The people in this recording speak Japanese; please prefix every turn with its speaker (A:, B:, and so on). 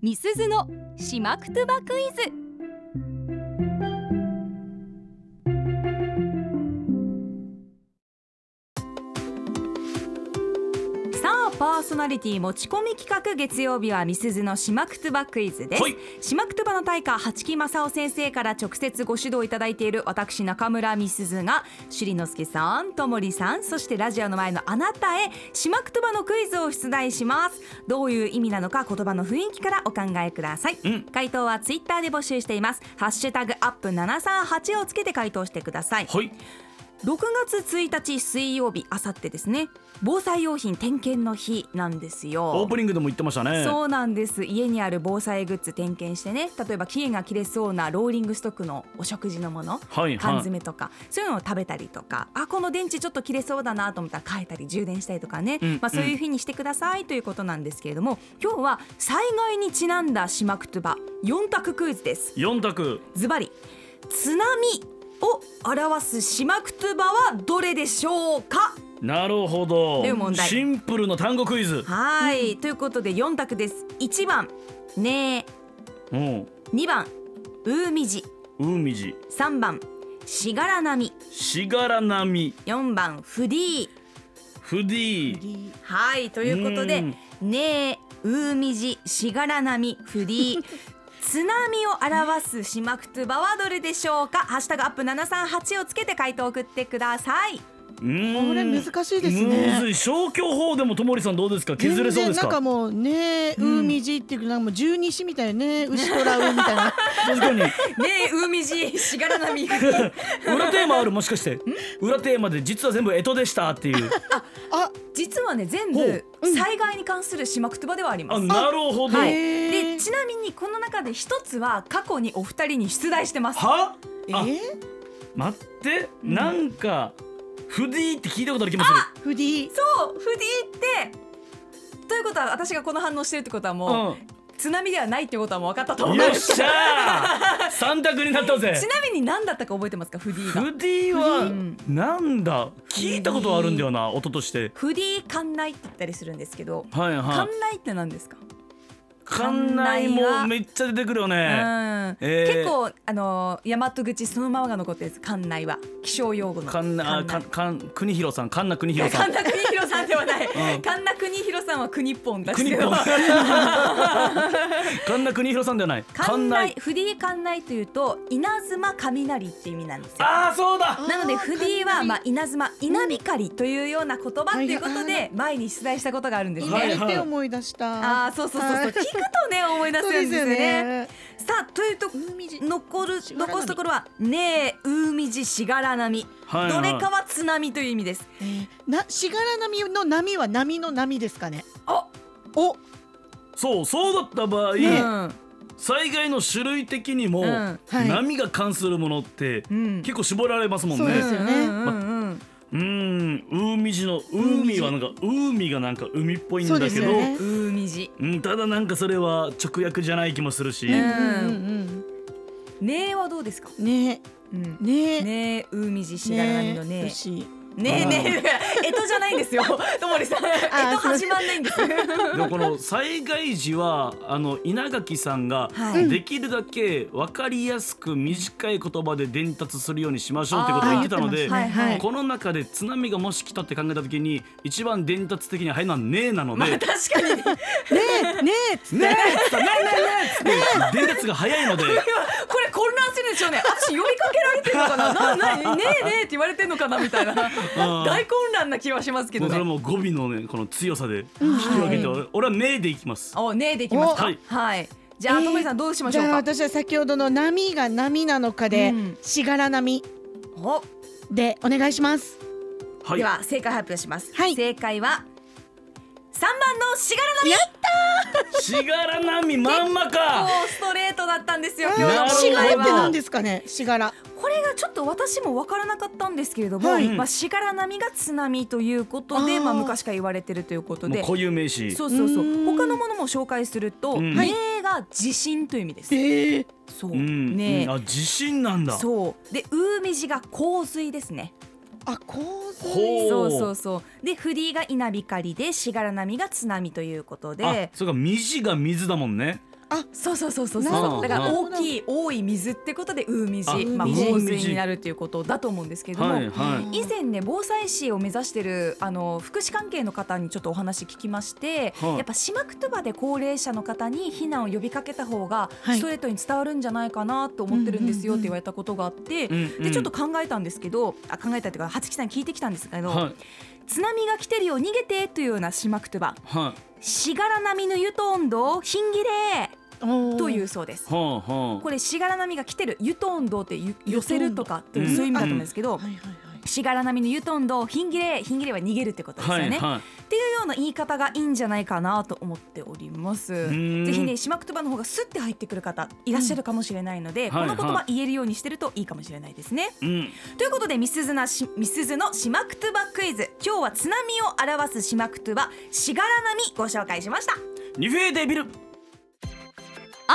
A: みすずのしまくとばクイズさあパーソナリティ持ち込み企画月曜日はみすずのしまくとばクイズです、
B: はい
A: しまくとばの大家八木正夫先生から直接ご指導いただいている私中村みすずが首里之助さんともりさんそしてラジオの前のあなたへしまくとばのクイズを出題しますどういう意味なのか言葉の雰囲気からお考えください、
B: うん
A: 回答はツイッターで募集していますハッシュタグアップ738をつけて回答してください
B: はい
A: 6月1日水曜日あさってですね防災用品点検の日なんです
B: オー
A: よ
B: プニングでも言ってましたね
A: そうなんです家にある防災グッズ点検してね例えば期限が切れそうなローリングストックのお食事のもの
B: はい
A: 缶
B: はい
A: 詰とかそういうのを食べたりとかあこの電池ちょっと切れそうだなと思ったら変えたり充電したりとかね、
B: うん
A: まあ、そういうふうにしてくださいということなんですけれども今日は災害にちなんだしまくとば4択クイズです。
B: 四択
A: ズバリ津波を表すしまくとばはどれでしょうか
B: なるほど
A: という問題
B: シンプルな単語クイズ
A: はい、ということで4択です1番「ね
B: うん
A: え」2番「うみじ
B: 海地」
A: 3番「しがらなみ
B: しがらなみ」
A: 4番「フディー
B: ふディ
A: はいということで「ねえ」「うみじ」「しがらなみ」「フディ ー」津波を表すしまくとばはどれでしょうか「ハッシュタグアップ #738」をつけて回答を送ってください。
B: こ
C: これ難しいですね
B: むずい消去法でもともりさんどうですか削れそうです
C: 全然なんか
B: か
C: もうね海地っていうなんかもう十二支みたいな ね牛とらうみたいな
B: 確かに
A: ねえ、海じ、しがらなみ。
B: 裏テーマあるもしかして裏テーマで実は全部干支でしたっていう
C: あ
A: 実はね、全
B: ほう
A: 部災害に関するしまくとばではありま
B: あ
A: す。
B: なるほど
A: はい。
C: へ
A: で、
C: ー
A: ちなみに、この中で一つは過去にお二人に出題してます。
B: は
C: え
B: あ
C: ー、
B: 待ってなんかフディって聞いたことある気もする
C: フディ
A: そう、フディって。ということは、私がこの反応してるってことは、もう、津波ではないってことはもう分かったと
B: うん
A: 思い
B: よ
A: ま
B: っ
A: す。
B: しゃー三択になったぜ
A: ちなみに、何だったか覚えてますか、フディが。
B: フディはなんだ聞いたことあるんだよな音として
A: フディ館内って言ったりするんですけど。
B: はいは
A: 館
B: い
A: 内って何ですか。
B: 館内もめっちゃ出てくるよね
A: うん
B: えー
A: 結構あのー大和口そのままが残ってるんです館内は気象用語の
B: 館内あか
A: 館
B: かん国広さん館内国
A: 内
B: 広さん
A: 神田邦弘さんではない、
B: うん
A: 神田邦弘さんは国っぽんだけ
B: 国
A: ど
B: 広神田国広さんではない
A: 館内フディ館内というと稲妻雷って意味なんですよ
B: ああそうだ
A: なのでフディはまあ稲妻稲光というような言葉と
C: はい
A: いうことで前に出題したことがあるんですね、
C: 今
B: はい
C: 言って思い出した
A: ああそうそうそうそう
C: は
A: 聞
C: い
A: くとね思い出す
C: そ
A: ん
C: う
A: で
C: ですす
A: よ
C: よ
A: ね
C: ね
A: さあというと
C: 海地
A: 残る
C: しがらなみ
A: 残すところはねえ海地しがら波、
B: はいはい
A: どれかは津波という意味です
C: えーなしがら波の波は波の波ですかね
A: あ、
C: お
B: そうそうだった場合、
A: うん
B: 災害の種類的にも、
A: うん
C: はい
B: 波が関するものって
A: うん
B: 結構絞られますもん
C: そう
B: ね
C: ですよね
A: うんうんうんうん
B: うーん海地の海はなんか海がなんか海っぽいんだ
C: そう
B: け
C: です
B: ど
C: よね
A: 海地
B: うん、ただなんかそれは直訳じゃない気もするし、
C: うん
A: ね
C: うん
A: ねえはどうですか、
C: うんね
A: うん
C: ね
A: ねえ海地しがら波のねえ
C: 牛
A: ねえねえ、え とじゃないんですよ。ともりさん、えと始まんないんです。
B: でもこの災害時はあの稲垣さんが
A: はい
B: できるだけ分かりやすく短い言葉で伝達するようにしましょうってことを言ってたので、
A: あーはいはい
B: この中で津波がもし来たって考えた時に一番伝達的に早いのは「ねえ」なので「
A: まあ
B: ね
A: 確かに、ね、こ
C: ねえねえ
B: え」ねえねえねえって伝達が早いので
A: れ混乱するでしょうね。私呼びかけられてるのかな、な、な、ねえねえって言われてるのかなみたいな。大混乱な気はしますけど
B: 僕から
A: ね。
B: もう語尾のねこの強さで引き分けて、俺は「ねえ」でいきます。
A: お、ねえでいきますか。
B: お
A: は
B: はいい、
A: じゃあ、ともりさん、どうしましょう
C: じゃあ
A: か。
C: 私は先ほどの波が波なのかで、
A: うん
C: しがら波
A: お、
C: でお願いします
B: はい
A: では、正解発表します。
C: はい
A: 正解は。三番のしがらなみ。
C: や
B: しがらなみまんまか
A: もうストレートだったんですよ。
B: なる
A: 今
B: ほ
A: 日の問
B: ど
C: し
A: 題
C: がらって
A: は
C: 何ですかねしがら
A: これがちょっと私も分からなかったんですけれども、
C: はい
A: まあ、しがら波が津波ということで
C: あー
A: まあ、昔から言われてるということ
B: もう
A: で
B: 固有名詞
A: そうそうそうう
C: ーん
A: 他のものも紹介すると「
B: うん
A: ねえ」が地震という意味です。
C: ええ
A: そう
B: うん、
A: ねえ
B: うんあ地震なんだ
A: そうで「うみじ」が洪水ですね。
C: あ洪水
B: ほ
A: そ
B: おー
A: うそうそうでフリーが稲光でしがら波が津波ということ
B: あ
A: で
B: それか水が水だもんね
A: そうそうそうそう
B: なる
A: そ
B: ほ
A: う
B: ど
A: だから大きい多い水ってことで海
B: あ
A: 水まあ
C: 海
A: 洪
B: 水
A: 水になるということだと思うんですけれども、
B: はいはい
A: 以前ね防災士を目指してるあの福祉関係の方にちょっとお話聞きまして、
B: はい
A: やっぱ島くとばで高齢者の方に避難を呼びかけた方が
C: はい
A: ストレートに伝わるんじゃないかなと思ってるんですよって言われたことがあって、
B: うんうん
A: でちょっと考えたんですけどあ考えたっていうか八木さんに聞いてきたんですけど、
B: はい
A: 津波が来てるよ逃げてというような島くとば
B: はい
A: しがら波の湯と温度をひんぎれといううそうです。
B: はあはあ
A: これしがら波が来てる湯と温度ってゆ寄せるとかっていう
B: うん
A: そういう意味だと思うんですけど、
C: はいはいはい
A: しがら波の湯とんどひんぎれひんぎれは逃げるってことですよ
B: は
A: ね、
B: いは
A: っていうような言い方がいいんじゃないかなと思っております
B: ーん
A: ぜひね島言葉の方がスッて入ってくる方いらっしゃるかもしれないので、
B: うんはいはい
A: この言葉言えるようにしてるといいかもしれないですね、
B: いうん
A: ということでみすずなしみすずの島言葉クイズ今日は津波を表す島言葉しがら波ご紹介しました
B: ニフェーデビル
A: ア